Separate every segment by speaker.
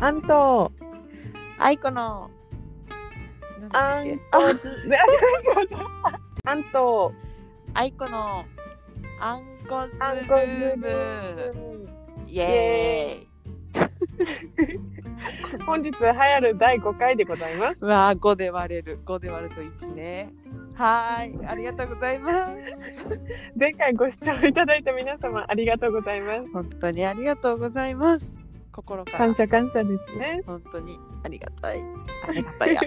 Speaker 1: アント
Speaker 2: あいこの。なんだ
Speaker 1: ア
Speaker 2: っけ
Speaker 1: ントアント
Speaker 2: あいこの。あんこズ
Speaker 1: アンコズブ
Speaker 2: ーム。
Speaker 1: ー
Speaker 2: イエーイ。
Speaker 1: ム本日流行る第5回でございます
Speaker 2: うわー、五で割れる、五で割ると一ね。はーい、ありがとうございます。
Speaker 1: 前回ご視聴いただいた皆様ありがとうございます
Speaker 2: 本当にありがとうございます。心から。
Speaker 1: 感謝感謝ですね
Speaker 2: 本当にありがたい。ありがた いや。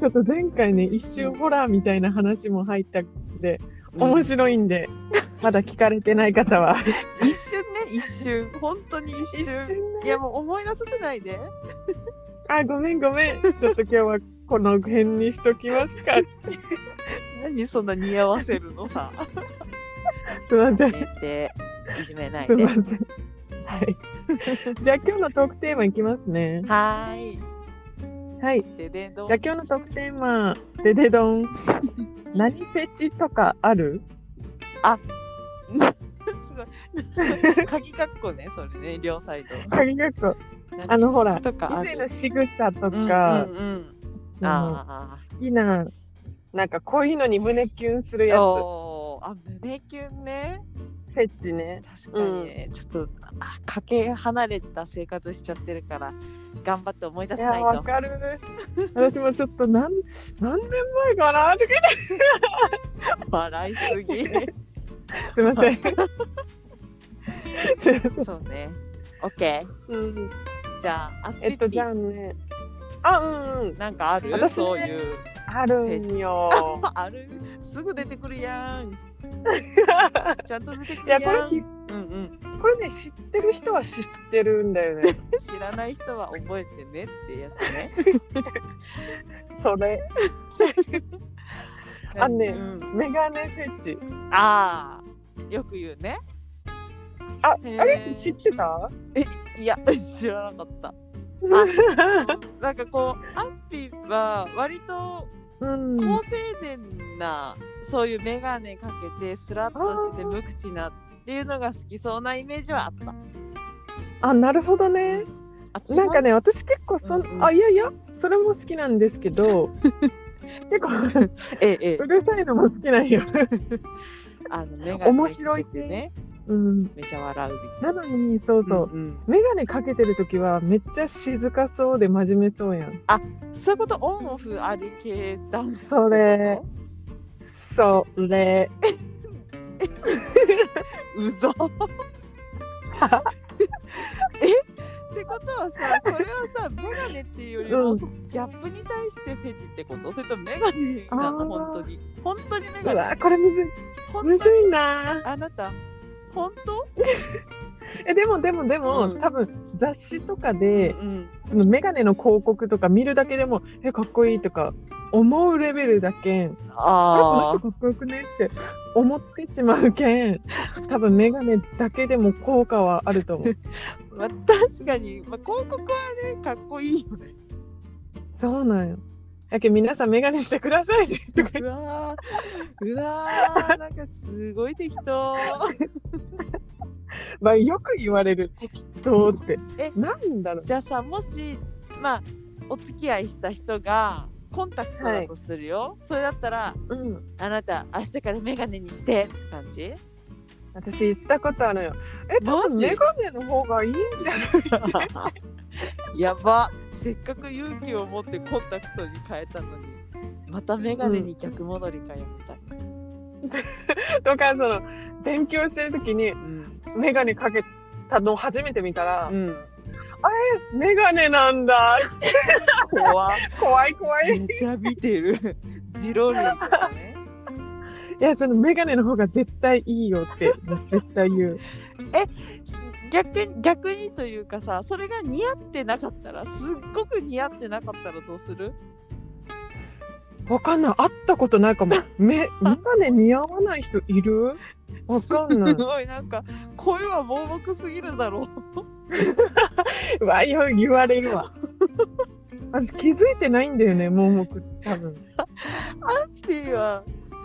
Speaker 1: ちょっと前回ね一瞬ホラーみたいな話も入ったんで 面
Speaker 2: い。
Speaker 1: 白いんで、まだ聞かれてない方は
Speaker 2: 一瞬ね、一瞬、本当に一瞬。
Speaker 1: 一瞬
Speaker 2: いや、もう思い出させないで。
Speaker 1: あごめんごめんちょっと今日はこの辺にしときます か
Speaker 2: 何そんな似合わせるのさ。
Speaker 1: すいません
Speaker 2: やめていじめない
Speaker 1: す
Speaker 2: で。
Speaker 1: みま
Speaker 2: は
Speaker 1: せん。はい。じゃあ今日のトークテーマいきますね。
Speaker 2: ーい。
Speaker 1: はい。じ
Speaker 2: ででどん
Speaker 1: ゃあ。今日のトークテーマ、ででど ん。何フェチとかある
Speaker 2: すごい。鍵括弧ね、それね、両サイド。
Speaker 1: 鍵括弧 あのほら
Speaker 2: 何とかあ
Speaker 1: 異性
Speaker 2: る
Speaker 1: の仕草と
Speaker 2: うん
Speaker 1: か、
Speaker 2: うんうん
Speaker 1: その
Speaker 2: ああ。
Speaker 1: 好きな、なんかこういうのに胸キュンするやつ。
Speaker 2: おーあ胸キュンね
Speaker 1: フェチね。
Speaker 2: 確かにね、ちょっとあかけ離れた生活しちゃってるから頑張って思い出
Speaker 1: い
Speaker 2: さ
Speaker 1: や、
Speaker 2: ない
Speaker 1: わ
Speaker 2: と
Speaker 1: かる。私もちょっと何、何年前かなとか
Speaker 2: 笑 いすぎ
Speaker 1: すいません。すいま せん。
Speaker 2: そうね OK
Speaker 1: うん、
Speaker 2: じゃあアスピ
Speaker 1: え
Speaker 2: ッ
Speaker 1: っ
Speaker 2: テ
Speaker 1: と、
Speaker 2: ィ、
Speaker 1: じゃあね。あ、うんうん。
Speaker 2: なんかある、
Speaker 1: 私ね
Speaker 2: そういう
Speaker 1: あるんよ。
Speaker 2: ああるすぐ出てくる やんちゃんと出てく
Speaker 1: い
Speaker 2: るや
Speaker 1: や
Speaker 2: ん
Speaker 1: これひ
Speaker 2: うんうん、
Speaker 1: これね知ってる人は知ってるんだよ ね
Speaker 2: 知らない人は覚えてねってやつね
Speaker 1: それ あね
Speaker 2: うん
Speaker 1: メガネフェチ
Speaker 2: あーよく言うね
Speaker 1: あ
Speaker 2: へー
Speaker 1: あれ知ってた
Speaker 2: いや 知らなかったなんかこうアスピは割と
Speaker 1: うん
Speaker 2: 高青年な、そういう眼鏡かけてスラッとしてて
Speaker 1: あー
Speaker 2: 無口なっていうのが好きそうなイメージはあった。
Speaker 1: あなるほどね
Speaker 2: あ違う
Speaker 1: なんかね私結構そん、
Speaker 2: うんうん
Speaker 1: あいやいやそれも好きなんですけ ど結構
Speaker 2: ええええ
Speaker 1: うるさいのも好きなん よ、
Speaker 2: あの眼鏡
Speaker 1: 面白い系
Speaker 2: ね
Speaker 1: うん、
Speaker 2: めちゃ笑うみたい
Speaker 1: なのにそう
Speaker 2: な。
Speaker 1: そう、
Speaker 2: うんうん
Speaker 1: メガネかけてる時はめっちゃ静かそうで真面目そうやん
Speaker 2: そういうことオンオフある系ダンスってこと
Speaker 1: それそれ
Speaker 2: う ぞえってことはさそれはさメガネっていうよりも、
Speaker 1: うん
Speaker 2: ギャップに対してフェチってことそれともメガネなの
Speaker 1: あー
Speaker 2: 本当に本当にメ
Speaker 1: う
Speaker 2: ガネ
Speaker 1: わこれむずい
Speaker 2: 本当
Speaker 1: む
Speaker 2: に
Speaker 1: ずいな
Speaker 2: あなた本当
Speaker 1: えでもでもでも、
Speaker 2: うん
Speaker 1: 多分雑誌とかで
Speaker 2: うん
Speaker 1: そのメガネの広告とか見るだけでもえかっこいいとか思うレベルだけんあこの
Speaker 2: あ
Speaker 1: 人かっこよくねって思ってしまうけん多分メガネだけでも効果はあると思 う
Speaker 2: あ、まあ、確かに、まあ、広告はねかっこいいよね
Speaker 1: そうなんよだけど皆さんメガネしてくださ いねとか
Speaker 2: うわーうわーなんかすごい適 当
Speaker 1: まあよく言われる適当って
Speaker 2: え
Speaker 1: なんだろう
Speaker 2: じゃあさもしまあお付き合いした人がコンタクトだとするよ、それだったら
Speaker 1: うん
Speaker 2: あなた明日からメガネにしてって感じ
Speaker 1: 私言ったことあるよえ多
Speaker 2: マ
Speaker 1: 分
Speaker 2: ジ
Speaker 1: メガネの方がいいんじゃない
Speaker 2: やばせっかく勇気を持ってコンタクトに変えたのにまたメガネに逆戻りかよみたいな、
Speaker 1: とかその勉強してる時に
Speaker 2: うん
Speaker 1: メガネかけたのを初めて見たら、
Speaker 2: うん、
Speaker 1: メガネなんだ
Speaker 2: 怖っ
Speaker 1: 怖い怖 い
Speaker 2: めっちゃ見てる ジロリとかね
Speaker 1: いやそのメガネの方が絶対いいよ って絶対言う
Speaker 2: 逆に逆にというかさそれが似合ってなかったらすっごく似合ってなかったらどうする
Speaker 1: わかんない会ったことないか もメメガネ似合わない人いるわかんな
Speaker 2: す
Speaker 1: い
Speaker 2: ごいなんか声は盲目すぎるだろう
Speaker 1: う わよ言われるわ私気づいてないんだよね盲目多分
Speaker 2: アンスピー は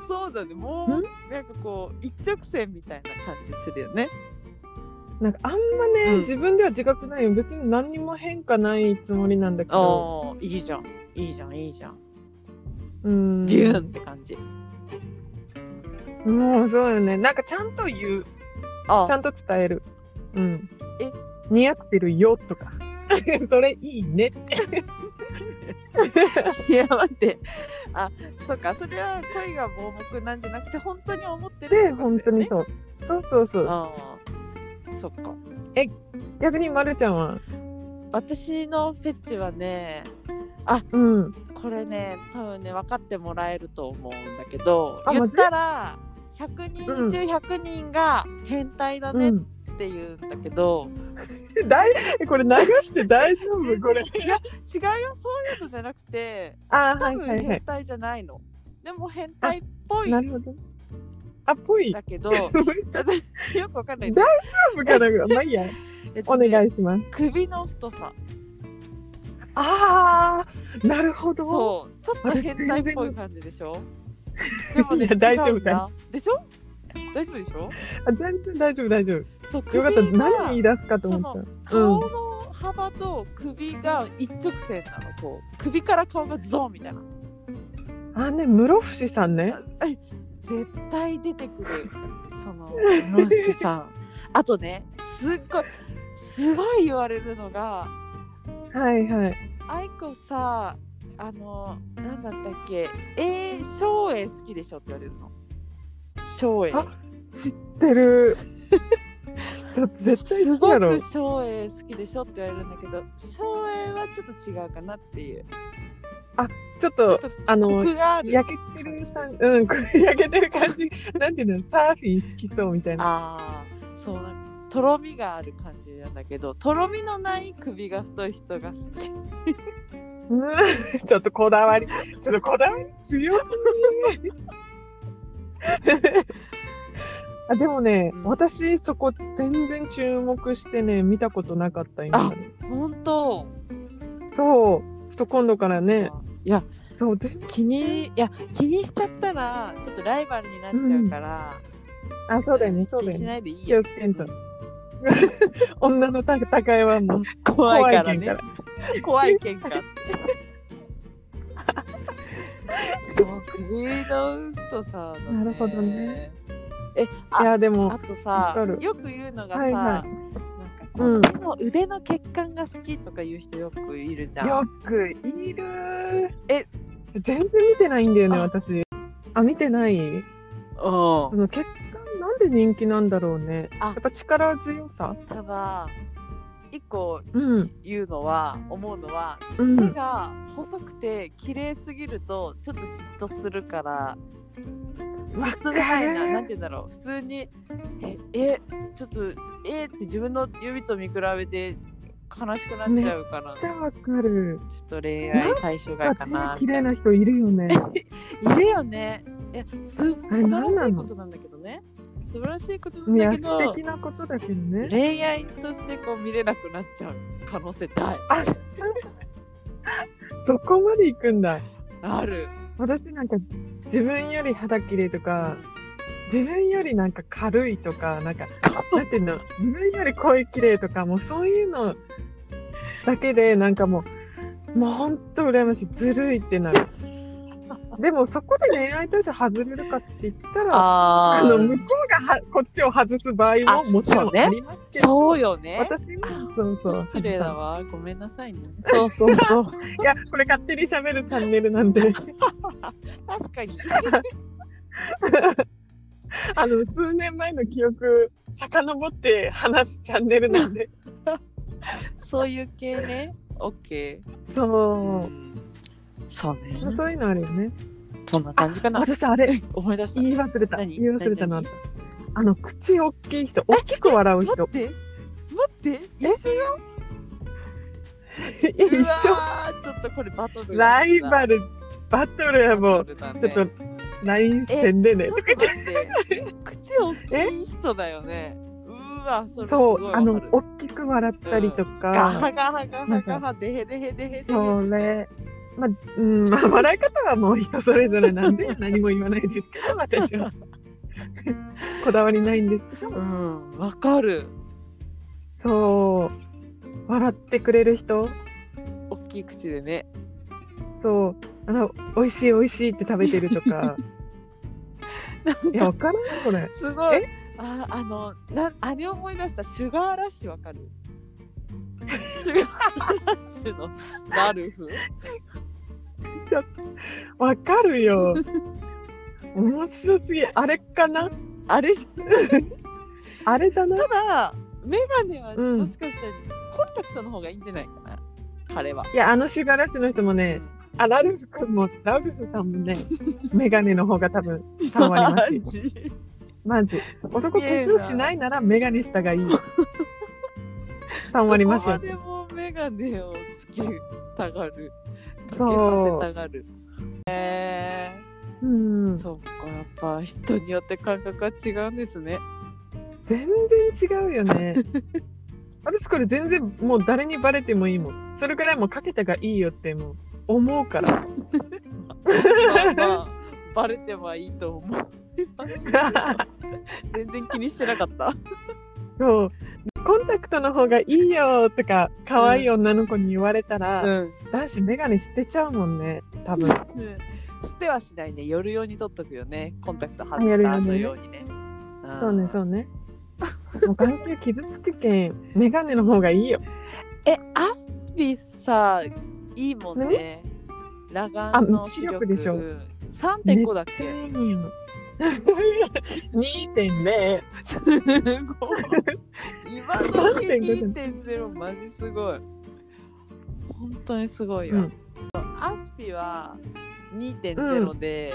Speaker 2: そうだねも
Speaker 1: ん
Speaker 2: うなんかこう一直線みたいな感じするよね
Speaker 1: なんかあんまね、
Speaker 2: うん
Speaker 1: 自分では自覚ないよ別に何にも変化ないつもりなんだけど
Speaker 2: ああいいじゃんいいじゃんいいじゃん
Speaker 1: うん
Speaker 2: ビューンって感じ
Speaker 1: もうそうよねなんかちゃんと言う
Speaker 2: あ
Speaker 1: ちゃんと伝えるうん
Speaker 2: え
Speaker 1: 似合ってるよとか それいいねって
Speaker 2: いや待ってあそっかそれは恋が盲目なんじゃなくて本当に思ってるってこと
Speaker 1: 本当に
Speaker 2: う
Speaker 1: そうそうそうそう
Speaker 2: ああそっか
Speaker 1: 逆にまるちゃんは
Speaker 2: 私のフェチはね
Speaker 1: うん
Speaker 2: これね多分ね分かってもらえると思うんだけど
Speaker 1: あ
Speaker 2: 言
Speaker 1: マ
Speaker 2: っ
Speaker 1: ジ
Speaker 2: たら100
Speaker 1: うん
Speaker 2: 人中100人が変態だ
Speaker 1: う
Speaker 2: ねっ
Speaker 1: ん
Speaker 2: て言うんだけど、
Speaker 1: 大 これ流して大丈 夫これ
Speaker 2: いや違うよそういうのじゃなくて
Speaker 1: あーは
Speaker 2: 多
Speaker 1: いはい
Speaker 2: 分
Speaker 1: は
Speaker 2: 変
Speaker 1: い
Speaker 2: 態じゃないの、でも変態っぽい
Speaker 1: なんるほどあっぽ い
Speaker 2: だけど
Speaker 1: 大丈
Speaker 2: よくわかんない
Speaker 1: 大夫かな まあいいや
Speaker 2: えっと
Speaker 1: お
Speaker 2: ね
Speaker 1: 願いします
Speaker 2: 首の太さ
Speaker 1: ああ、なるほど。
Speaker 2: そうちょっと変態っぽい感じでしょでも
Speaker 1: い
Speaker 2: ね
Speaker 1: や大丈夫
Speaker 2: 違うんだでしょ大丈夫でしょ
Speaker 1: あ全然大丈夫、大丈夫。
Speaker 2: そう
Speaker 1: よかった、
Speaker 2: 首が
Speaker 1: 何言い出すかと思っ
Speaker 2: 顔の幅と首が一直線なのこう首から顔がゾーンみたいな
Speaker 1: た。あ、ね、室伏さんね。
Speaker 2: あえ絶対出てくる そのロンシさんあとねすっごいすごい言われるのが
Speaker 1: はいはい。
Speaker 2: 愛子さあのなんだったっけえー、照英好きでしょって言われるの照英
Speaker 1: あ知って る。ちょっと絶対
Speaker 2: す
Speaker 1: 好き
Speaker 2: ご
Speaker 1: やろ
Speaker 2: く。照英好きでしょって言われるんだけど照英はちょっと違うかなっていう
Speaker 1: ちょっ
Speaker 2: ちょ
Speaker 1: と、
Speaker 2: っと
Speaker 1: あ
Speaker 2: コ
Speaker 1: の、
Speaker 2: クがある
Speaker 1: 焼けてるさん、うん、 これ焼けてる感じ。なんていうの、サーフィン好きそうみたいな。
Speaker 2: ああそうなんとろみがある感じなんだけどとろみのない首が太い人が好き
Speaker 1: うんちょっとこだわり、ちょっとこだわり強すぎ。 あでもね、
Speaker 2: うん
Speaker 1: 私そこ全然注目してね見たことなかった今まで
Speaker 2: 本当
Speaker 1: そうちょっと今度からね
Speaker 2: いや
Speaker 1: そう全
Speaker 2: 気にいや気にしちゃったらちょっとライバルになっちゃうから、
Speaker 1: あそうだよねそう
Speaker 2: 気
Speaker 1: だよ
Speaker 2: にし
Speaker 1: ね
Speaker 2: ないでいい
Speaker 1: 気
Speaker 2: よ
Speaker 1: をつけんと 女の戦いはもう
Speaker 2: 怖い
Speaker 1: 怖い
Speaker 2: から
Speaker 1: けん
Speaker 2: ね
Speaker 1: から
Speaker 2: 怖い喧嘩って そう首の太さだね
Speaker 1: なるほどね
Speaker 2: あ
Speaker 1: いやで
Speaker 2: あ
Speaker 1: も
Speaker 2: と
Speaker 1: わ
Speaker 2: さ
Speaker 1: かる
Speaker 2: よく言うのがさ、
Speaker 1: はいは
Speaker 2: なんかこう
Speaker 1: うん
Speaker 2: 腕の腕の血管が好きとか言う人よくいるじゃん。
Speaker 1: よくいる
Speaker 2: え
Speaker 1: 全然見てないんだよね
Speaker 2: あ
Speaker 1: 私あ見てないそ
Speaker 2: うん、
Speaker 1: の血管なんで人気なんだろうね
Speaker 2: あ
Speaker 1: やっぱ力強さ
Speaker 2: ただ一個
Speaker 1: うん
Speaker 2: 言うのは思うのは
Speaker 1: う
Speaker 2: 手
Speaker 1: ん
Speaker 2: が細くて綺麗すぎるとちょっと嫉妬するから
Speaker 1: わ
Speaker 2: 嫉
Speaker 1: か
Speaker 2: 妬
Speaker 1: る
Speaker 2: じゃないななんて言うんだろう普通にええちょっとえって自分の指と見比べて悲しくなっちゃうから、
Speaker 1: めっちゃわかる
Speaker 2: ちょっと恋愛対象外か
Speaker 1: あ
Speaker 2: な
Speaker 1: 手綺
Speaker 2: みたい
Speaker 1: 麗
Speaker 2: な
Speaker 1: な人いるよ ね
Speaker 2: いるよね。いや、す素
Speaker 1: あれ
Speaker 2: 晴らし
Speaker 1: 何ないの
Speaker 2: ことなんだけどね。素晴らしいこと
Speaker 1: い
Speaker 2: なん
Speaker 1: や
Speaker 2: だ
Speaker 1: 素
Speaker 2: けど、
Speaker 1: 敵なことだけどね
Speaker 2: 恋愛としてこう見れなくなっちゃう可能性大
Speaker 1: あそこまで行くんだ
Speaker 2: ある。
Speaker 1: 私なんか自分より肌綺麗とか自分よりなんか軽いとかなんかなんていうの自分より声綺麗とかもうそういうのだけでなんかもうもうほんと羨ましいずるいってなるでもそこで恋愛対象外れるかって言ったらあ
Speaker 2: あ
Speaker 1: の
Speaker 2: ー
Speaker 1: 向こうがはこっちを外す場合ももちろんありますけど、
Speaker 2: そうよね。
Speaker 1: 私はそうそう
Speaker 2: 失礼だわ。ごめんなさいね。そうそうそう。
Speaker 1: いやこれ勝手に喋るチャンネルなんで
Speaker 2: 確かに。
Speaker 1: あの数年前の記憶遡って話すチャンネルなん で
Speaker 2: そういう系ね。オッケ
Speaker 1: そ
Speaker 2: ー。そうね。
Speaker 1: うそういうのあるよね
Speaker 2: そんな感じかな。
Speaker 1: 私あ れ
Speaker 2: 思い出した。
Speaker 1: 言い忘れた言
Speaker 2: 何
Speaker 1: い忘れたな
Speaker 2: 何
Speaker 1: あの口大きい人大きく笑う
Speaker 2: 待
Speaker 1: 人
Speaker 2: って。待って。一緒よ。
Speaker 1: 一
Speaker 2: う
Speaker 1: 緒
Speaker 2: わーちょっとこれバトル
Speaker 1: ライバ
Speaker 2: ル
Speaker 1: ルバトルはもうちょっと LINE 線でね
Speaker 2: ちょっと待って口大きい人だよね。うーわ、それす
Speaker 1: そ
Speaker 2: ごいうわか
Speaker 1: あ
Speaker 2: る
Speaker 1: の大きく笑ったりと
Speaker 2: ガ
Speaker 1: か、
Speaker 2: ハガハガハガハ、でへでへでへでへ。
Speaker 1: それまあ、うん、まあ、笑い方はもう人それぞれなん で何も言わないですけど私はこだわりないんですけど
Speaker 2: うん、わかる。
Speaker 1: そう笑ってくれる人
Speaker 2: 大きい口でね
Speaker 1: そうあの美味しい美味しいって食べてるとか
Speaker 2: なんか
Speaker 1: いやわからんこれ
Speaker 2: すごい
Speaker 1: え
Speaker 2: ああのなあれ思い出したシュガーラッシュわかる シュガーラッシュのラルフ
Speaker 1: わかるよ面白すぎるあれかな
Speaker 2: あれ
Speaker 1: あれだな
Speaker 2: ただメガネは
Speaker 1: うん
Speaker 2: もしかしたらコンタクトの方がいいんじゃないかな、彼はい
Speaker 1: やあのシュガーラッシュの人もねあラルフ君もラルフさんも ねメガネの方が多分3割
Speaker 2: マ
Speaker 1: 増し
Speaker 2: ジ
Speaker 1: マジ男化粧しないならメガネしたがいい よ3割増し
Speaker 2: どこ
Speaker 1: よ
Speaker 2: までもメガネをつけたがるかけ
Speaker 1: そ
Speaker 2: さ
Speaker 1: う
Speaker 2: せたがるへ
Speaker 1: うん
Speaker 2: えそっかやっぱ人によって感覚が違うんです ね
Speaker 1: 全然違うよ ね私これ全然もう誰にバレてもいいもんそれぐらいもうかけたがいいよってもう思うから
Speaker 2: まあ、まあ、バレてはいいと思う全然気にしてなかった
Speaker 1: そうコンタクトの方がいいよとか可愛い女の子に言われたら、
Speaker 2: うん
Speaker 1: 男子メガネ捨てちゃうもんね多分
Speaker 2: 捨てはしないね夜用に取っとくよねコンタクト外
Speaker 1: あ
Speaker 2: し
Speaker 1: 夜
Speaker 2: た
Speaker 1: 用にね
Speaker 2: 後用にねん
Speaker 1: そうねそうねもう眼球傷つくけんメガネの方がいいよ
Speaker 2: えアスピさいいもんね裸眼の
Speaker 1: あ
Speaker 2: 視
Speaker 1: 視
Speaker 2: 力
Speaker 1: 力でしょ
Speaker 2: うん3.5だっ
Speaker 1: いい
Speaker 2: け
Speaker 1: よ2.0
Speaker 2: すごい今の2.0マジすごい本当にすごいよ、
Speaker 1: うん
Speaker 2: アスピは2.0で、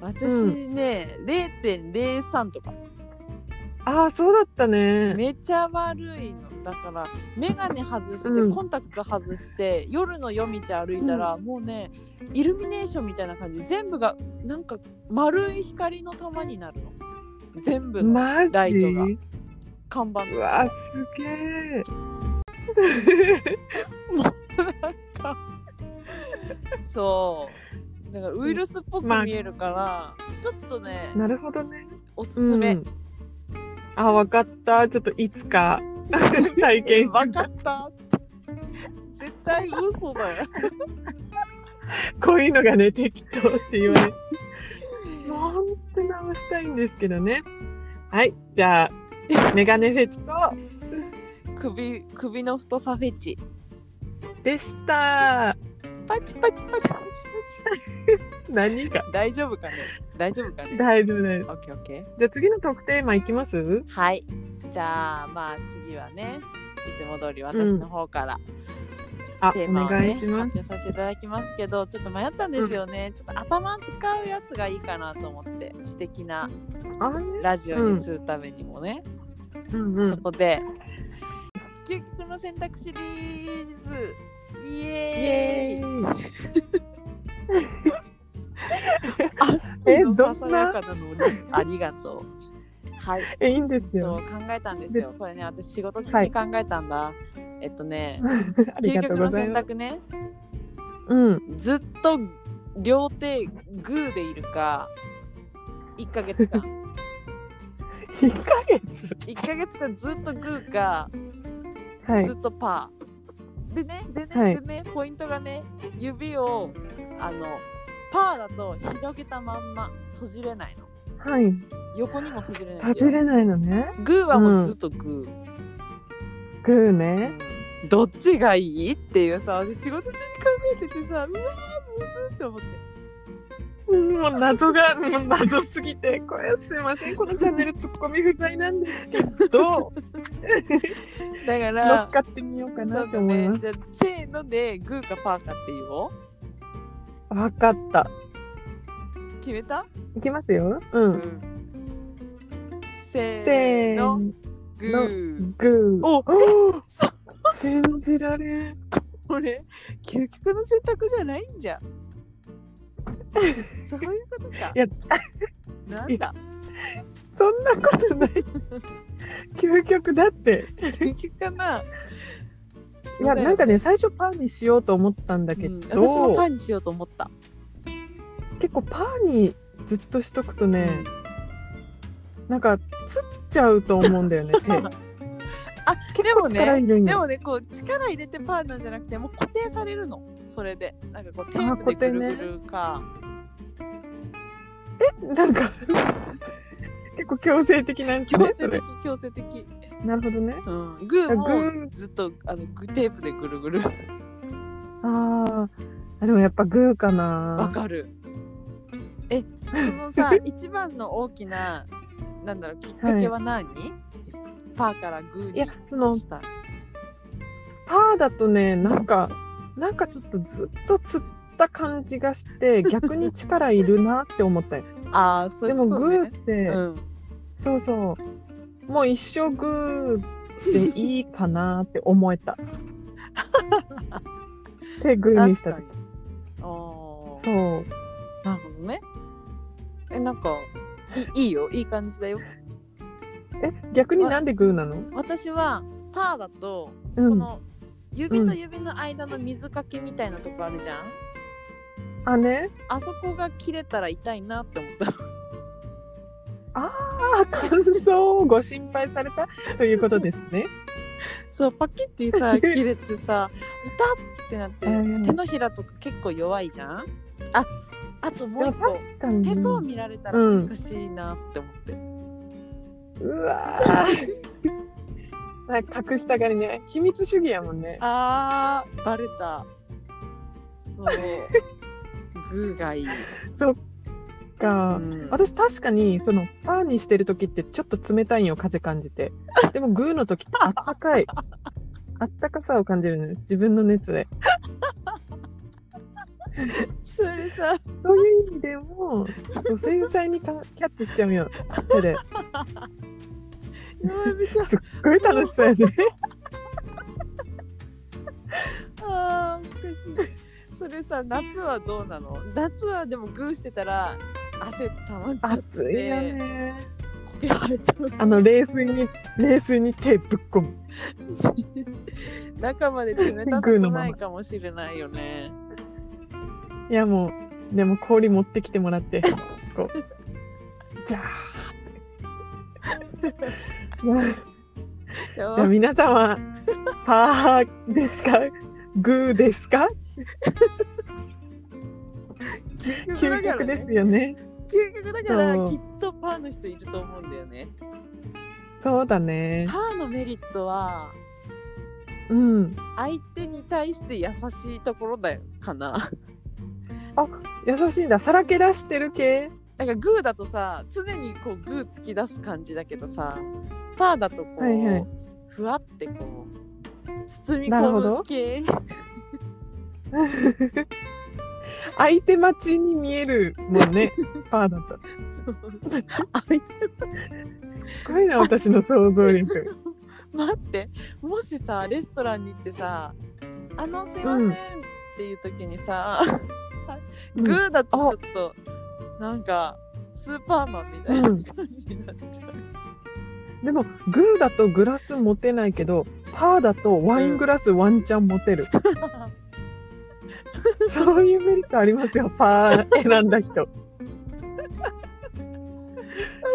Speaker 2: 私ね、0.03とか
Speaker 1: ああそうだったね
Speaker 2: めちゃ悪いのだから眼鏡外して、
Speaker 1: うん
Speaker 2: コンタクト外して夜の夜道歩いたら、もうねイルミネーションみたいな感じ全部がなんか丸い光の玉になるの全部の
Speaker 1: マジ
Speaker 2: ライトが看板
Speaker 1: う
Speaker 2: と
Speaker 1: わ
Speaker 2: か
Speaker 1: すげえ
Speaker 2: そうだからウイルスっぽく
Speaker 1: まあ
Speaker 2: 見えるから、ちょっとね
Speaker 1: なるほどね
Speaker 2: おすすめ、
Speaker 1: うん、あわかったちょっといつか 体験し
Speaker 2: 分かった絶対嘘だよ
Speaker 1: こういうのがね適当って言わ れもうほんと直したいんですけどねはいじゃあメガネフェチと
Speaker 2: 首首の太さフェチ
Speaker 1: でした
Speaker 2: パチパチパチパチパチ
Speaker 1: 何が
Speaker 2: 大丈夫かね大丈夫かね
Speaker 1: 大丈夫です
Speaker 2: オッケーオッケー
Speaker 1: じゃあ次の特テーマいきます
Speaker 2: はいじゃあまあ次はねいつも通り私の方から
Speaker 1: あ、
Speaker 2: テー
Speaker 1: お
Speaker 2: マを、ね
Speaker 1: 願いしま
Speaker 2: 発表させていただきますけどちょっと迷ったんですよね、ちょっと頭使うやつがいいかなと思って知的な
Speaker 1: すあのね
Speaker 2: ラジオにするためにもね、
Speaker 1: うんう
Speaker 2: そ
Speaker 1: ん
Speaker 2: こで究極の選択シリーズイ
Speaker 1: イ
Speaker 2: エーイ
Speaker 1: エーイ
Speaker 2: あ
Speaker 1: え
Speaker 2: の
Speaker 1: ど
Speaker 2: さ
Speaker 1: んな
Speaker 2: さやかなのにありがとう。はい、
Speaker 1: えいいんです
Speaker 2: そう
Speaker 1: よ
Speaker 2: 考えたんですよ。これね、私仕事中
Speaker 1: は
Speaker 2: に
Speaker 1: い
Speaker 2: 考えたんだ。えっとね、
Speaker 1: あり
Speaker 2: 究
Speaker 1: がと
Speaker 2: 極
Speaker 1: うご
Speaker 2: の
Speaker 1: ざい
Speaker 2: 選
Speaker 1: ます
Speaker 2: 択ね、
Speaker 1: うん
Speaker 2: ずっと両手グーでいるか、1ヶ月間、
Speaker 1: 1ヶ月
Speaker 2: 1ヶ月間ずっとグーか、
Speaker 1: はい
Speaker 2: ずっとパー。でね、でね、
Speaker 1: はい
Speaker 2: でね、ポイントがね、指をあのパーだと広げたまんま閉じれないの。
Speaker 1: はい
Speaker 2: 横にも閉じれないんだよ。
Speaker 1: 閉じれないのね
Speaker 2: グーはもうずっとグー。
Speaker 1: グーね
Speaker 2: どっちがいいっていうさ私仕事中に考えててさうわーむずって思って
Speaker 1: もう謎がもう謎すぎてこれすいませんこのチャンネルツッコミ不在なんですけ ど
Speaker 2: だ
Speaker 1: 乗
Speaker 2: から
Speaker 1: っかってみようかな
Speaker 2: そう
Speaker 1: と
Speaker 2: だ
Speaker 1: 思い
Speaker 2: ね
Speaker 1: ます
Speaker 2: じゃあせーのでグーかパーかっていうを
Speaker 1: わかった
Speaker 2: 決めた、
Speaker 1: いきますようん
Speaker 2: せ
Speaker 1: せ
Speaker 2: ー
Speaker 1: ー
Speaker 2: の
Speaker 1: の
Speaker 2: グー
Speaker 1: グー
Speaker 2: お
Speaker 1: お信じられん
Speaker 2: これ究極の選択じゃないんじゃんそういうことか
Speaker 1: いや
Speaker 2: なんだ
Speaker 1: そんなこと ない究極だって
Speaker 2: 究極かない
Speaker 1: やなんか
Speaker 2: ね
Speaker 1: ね最初パーにしようと思ったんだけ
Speaker 2: うん、私もパ
Speaker 1: ど
Speaker 2: ーにしようと思った
Speaker 1: 結構パーにずっとしとくと ねなんかつっちゃうと思うんだよね手
Speaker 2: ああ
Speaker 1: 結構力いるん
Speaker 2: で
Speaker 1: や。
Speaker 2: もねこう力入れてパーなんじゃなくてもう固定されるのそれでなんかこうテープでぐるぐるか、
Speaker 1: なんか結構強制的なんです
Speaker 2: 強
Speaker 1: ね。そ
Speaker 2: 制
Speaker 1: れ
Speaker 2: 的強制的、
Speaker 1: なるほどね。
Speaker 2: うん、グー
Speaker 1: あグ
Speaker 2: も
Speaker 1: ー
Speaker 2: ずっとあのグテープでぐるぐる
Speaker 1: ああ、でもやっぱグーか
Speaker 2: わ
Speaker 1: な。
Speaker 2: かる えそのさ一番の大きななんだろうきっかけは何、パーからグーに
Speaker 1: いやその
Speaker 2: した
Speaker 1: パーだとね、なんか、なんかちょっとずっと釣った感じが して、逆に力いるなって思ったよ。
Speaker 2: あ あそうい
Speaker 1: で
Speaker 2: う
Speaker 1: も
Speaker 2: こと、ね、
Speaker 1: グーって、
Speaker 2: うん、
Speaker 1: そうそう、もう一生グーでいいかなって思え た。手グーにし
Speaker 2: 確
Speaker 1: た
Speaker 2: かに
Speaker 1: 時。
Speaker 2: あー
Speaker 1: そう。
Speaker 2: なるほどねえなんかいいいいよいい感じだよ
Speaker 1: え、逆になんでグーなの
Speaker 2: 私はパーだと
Speaker 1: う
Speaker 2: こ
Speaker 1: ん。
Speaker 2: の指と指の間の水かけみたいなとこあるじゃん、
Speaker 1: あ、ね。
Speaker 2: あそこが切れたら痛いなって思った
Speaker 1: ああ、感想をご心配されたということですね。
Speaker 2: そうパキッて さ切れてさ痛ってなって
Speaker 1: うん
Speaker 2: 手のひらとか結構弱いじゃんああと も
Speaker 1: で
Speaker 2: う
Speaker 1: も
Speaker 2: 一個
Speaker 1: 確かに。
Speaker 2: 手相見られたら恥ずかしいなって思って、
Speaker 1: うわー なんか隠したがりね秘密主義やもんね
Speaker 2: あーバレた そうグーがいい、
Speaker 1: そっ
Speaker 2: う
Speaker 1: か、
Speaker 2: ん
Speaker 1: 私確かにそのパーにしてる時ってちょっと冷たいんよ風感じてでもグーの時ってあった かいあったかさを感じるね自分の熱で
Speaker 2: それさ
Speaker 1: そういう意味でもそう繊細にかキャッチしちゃうよ手ですっごい楽しそうやね
Speaker 2: あーおかしいそれさ夏はどうなの夏はでもグーしてたら汗たまっちゃって
Speaker 1: 熱いよね
Speaker 2: こけられちゃう
Speaker 1: あの冷水に冷水に手ぶっ込む
Speaker 2: 中まで冷た
Speaker 1: グー
Speaker 2: く
Speaker 1: のまま
Speaker 2: ないかもしれないよね。
Speaker 1: いやもうでも氷持ってきてもらってこうじゃ あまあ
Speaker 2: や
Speaker 1: じゃあ
Speaker 2: ばい
Speaker 1: 皆様パーですかグーですか究極で
Speaker 2: 究
Speaker 1: すよね
Speaker 2: 極だから
Speaker 1: そう
Speaker 2: きっとパーの人いると思うんだよね。
Speaker 1: そうだね
Speaker 2: パーのメリットは
Speaker 1: うん
Speaker 2: 相手に対して優しいところだよかな。
Speaker 1: 優しいんださらけ出してる系
Speaker 2: なんかグーだとさ常にこうグー突き出す感じだけどさパーだとこう、
Speaker 1: はいはい
Speaker 2: ふわってこう包み
Speaker 1: なるほ
Speaker 2: 込む
Speaker 1: ど
Speaker 2: 系。
Speaker 1: 相手待ちに見えるもん ねパーだと
Speaker 2: そう そう相手
Speaker 1: すごいな私の想像力
Speaker 2: 待ってもしさレストランに行ってさ「あのすいません」
Speaker 1: う
Speaker 2: っ
Speaker 1: ん
Speaker 2: ていう時にさ、グーだとちょっとなんかスーパーマンみたいな
Speaker 1: うん
Speaker 2: 感じになっちゃう、
Speaker 1: でもグーだとグラス持てないけどパーだとワイングラスワンチャン持 てる、そういうメリットありますよパー選んだ人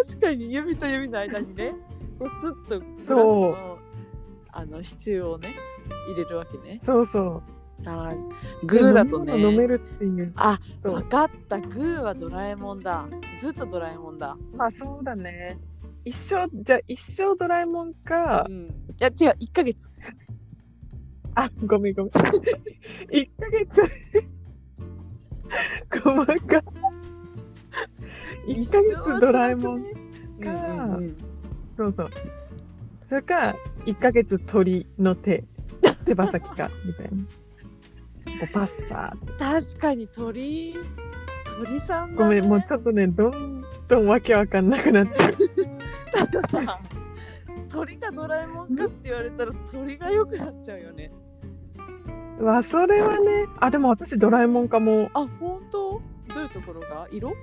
Speaker 2: 確かに指と指の間にねこうスッとグラス
Speaker 1: そ
Speaker 2: のあの支柱をね入れるわけね
Speaker 1: そうそう
Speaker 2: あーグーだと
Speaker 1: で飲み物飲め
Speaker 2: ね
Speaker 1: るっていう
Speaker 2: あ
Speaker 1: そう
Speaker 2: 分かったグーはドラえもんだずっとドラえもんだ、
Speaker 1: まあそうだね一生じゃあ一生ドラえもんか
Speaker 2: うん、いや違う1ヶ月
Speaker 1: あごめんごめん一ヶ月細かい一ヶ月ドラえもん
Speaker 2: 一生
Speaker 1: か
Speaker 2: は辛くねうんうんうん
Speaker 1: そうそうそれか一ヶ月鳥の手手羽先かみたいなこうパッサーって
Speaker 2: 確かに鳥鳥さんだ、
Speaker 1: ご
Speaker 2: ね、
Speaker 1: めんもうちょっとねどんどんわけわかんなくなって
Speaker 2: たださ鳥かドラえもんかって言われたら鳥が良くなっちゃうよね
Speaker 1: うわそれはねあでも私ドラえもんかも
Speaker 2: あ本当どういうところが色
Speaker 1: い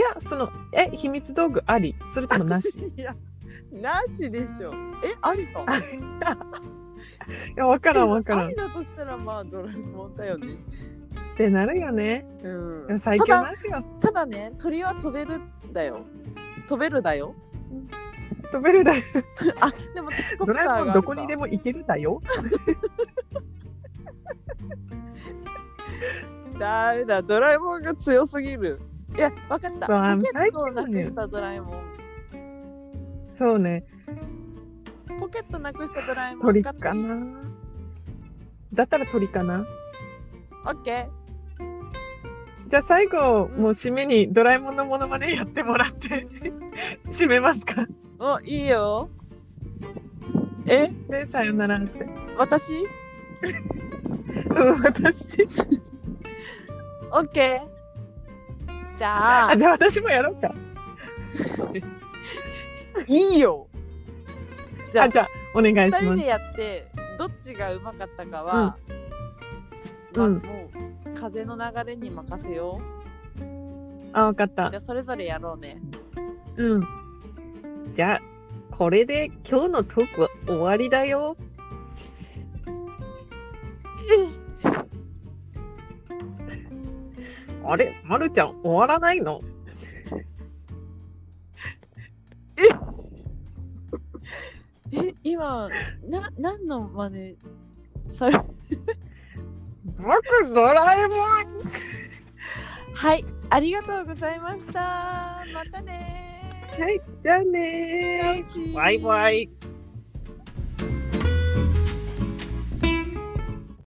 Speaker 1: やそのえ秘密道具ありそれともなしい
Speaker 2: いやなしでしょえありか
Speaker 1: あや分からん分から
Speaker 2: あ
Speaker 1: んっ
Speaker 2: りだとしたらまあドラえもんだよね
Speaker 1: てなるよね
Speaker 2: うん
Speaker 1: でも最強
Speaker 2: ただ
Speaker 1: なんすよ
Speaker 2: ただね鳥は飛べるだよ飛べるだよ
Speaker 1: 飛べるだよ。
Speaker 2: あでもヘリコ
Speaker 1: ド
Speaker 2: プタ
Speaker 1: ラえ
Speaker 2: ーがあ
Speaker 1: も
Speaker 2: るか
Speaker 1: んどこにでも行けるだよ。
Speaker 2: ダメだドラえもんが強すぎるいやわかった
Speaker 1: まあ
Speaker 2: ポケット
Speaker 1: 最
Speaker 2: を
Speaker 1: 近
Speaker 2: な
Speaker 1: は
Speaker 2: く
Speaker 1: ね
Speaker 2: したドラえもん
Speaker 1: そうね、
Speaker 2: ポケットなくしたドラえもん
Speaker 1: 鳥
Speaker 2: が
Speaker 1: かな。だったら鳥かな。
Speaker 2: オッケー
Speaker 1: じゃあ最後、もう締めにドラえもんのモノマネやってもらって 締めますか。
Speaker 2: おいいよえ
Speaker 1: で、さよならって。
Speaker 2: 私
Speaker 1: うん、私。
Speaker 2: オッケーじゃあ
Speaker 1: あ、じゃあ私もやろうか。
Speaker 2: いいよじゃあ
Speaker 1: あ、じゃあお願いし
Speaker 2: 2人
Speaker 1: ま。
Speaker 2: ですやってどっちがうまかったかは、
Speaker 1: うん
Speaker 2: まあ、もう風の流れに任せよう
Speaker 1: あ、わかった
Speaker 2: じゃ。あそれぞれやろうね
Speaker 1: うん。じゃあ、これで今日のトークは終わりだよ。あれ、まるちゃん終わらないの
Speaker 2: え今な何の真似それ
Speaker 1: 僕、ドラえもん
Speaker 2: はいありがとうございましたまたね
Speaker 1: はい、じゃあねー。バイバイ。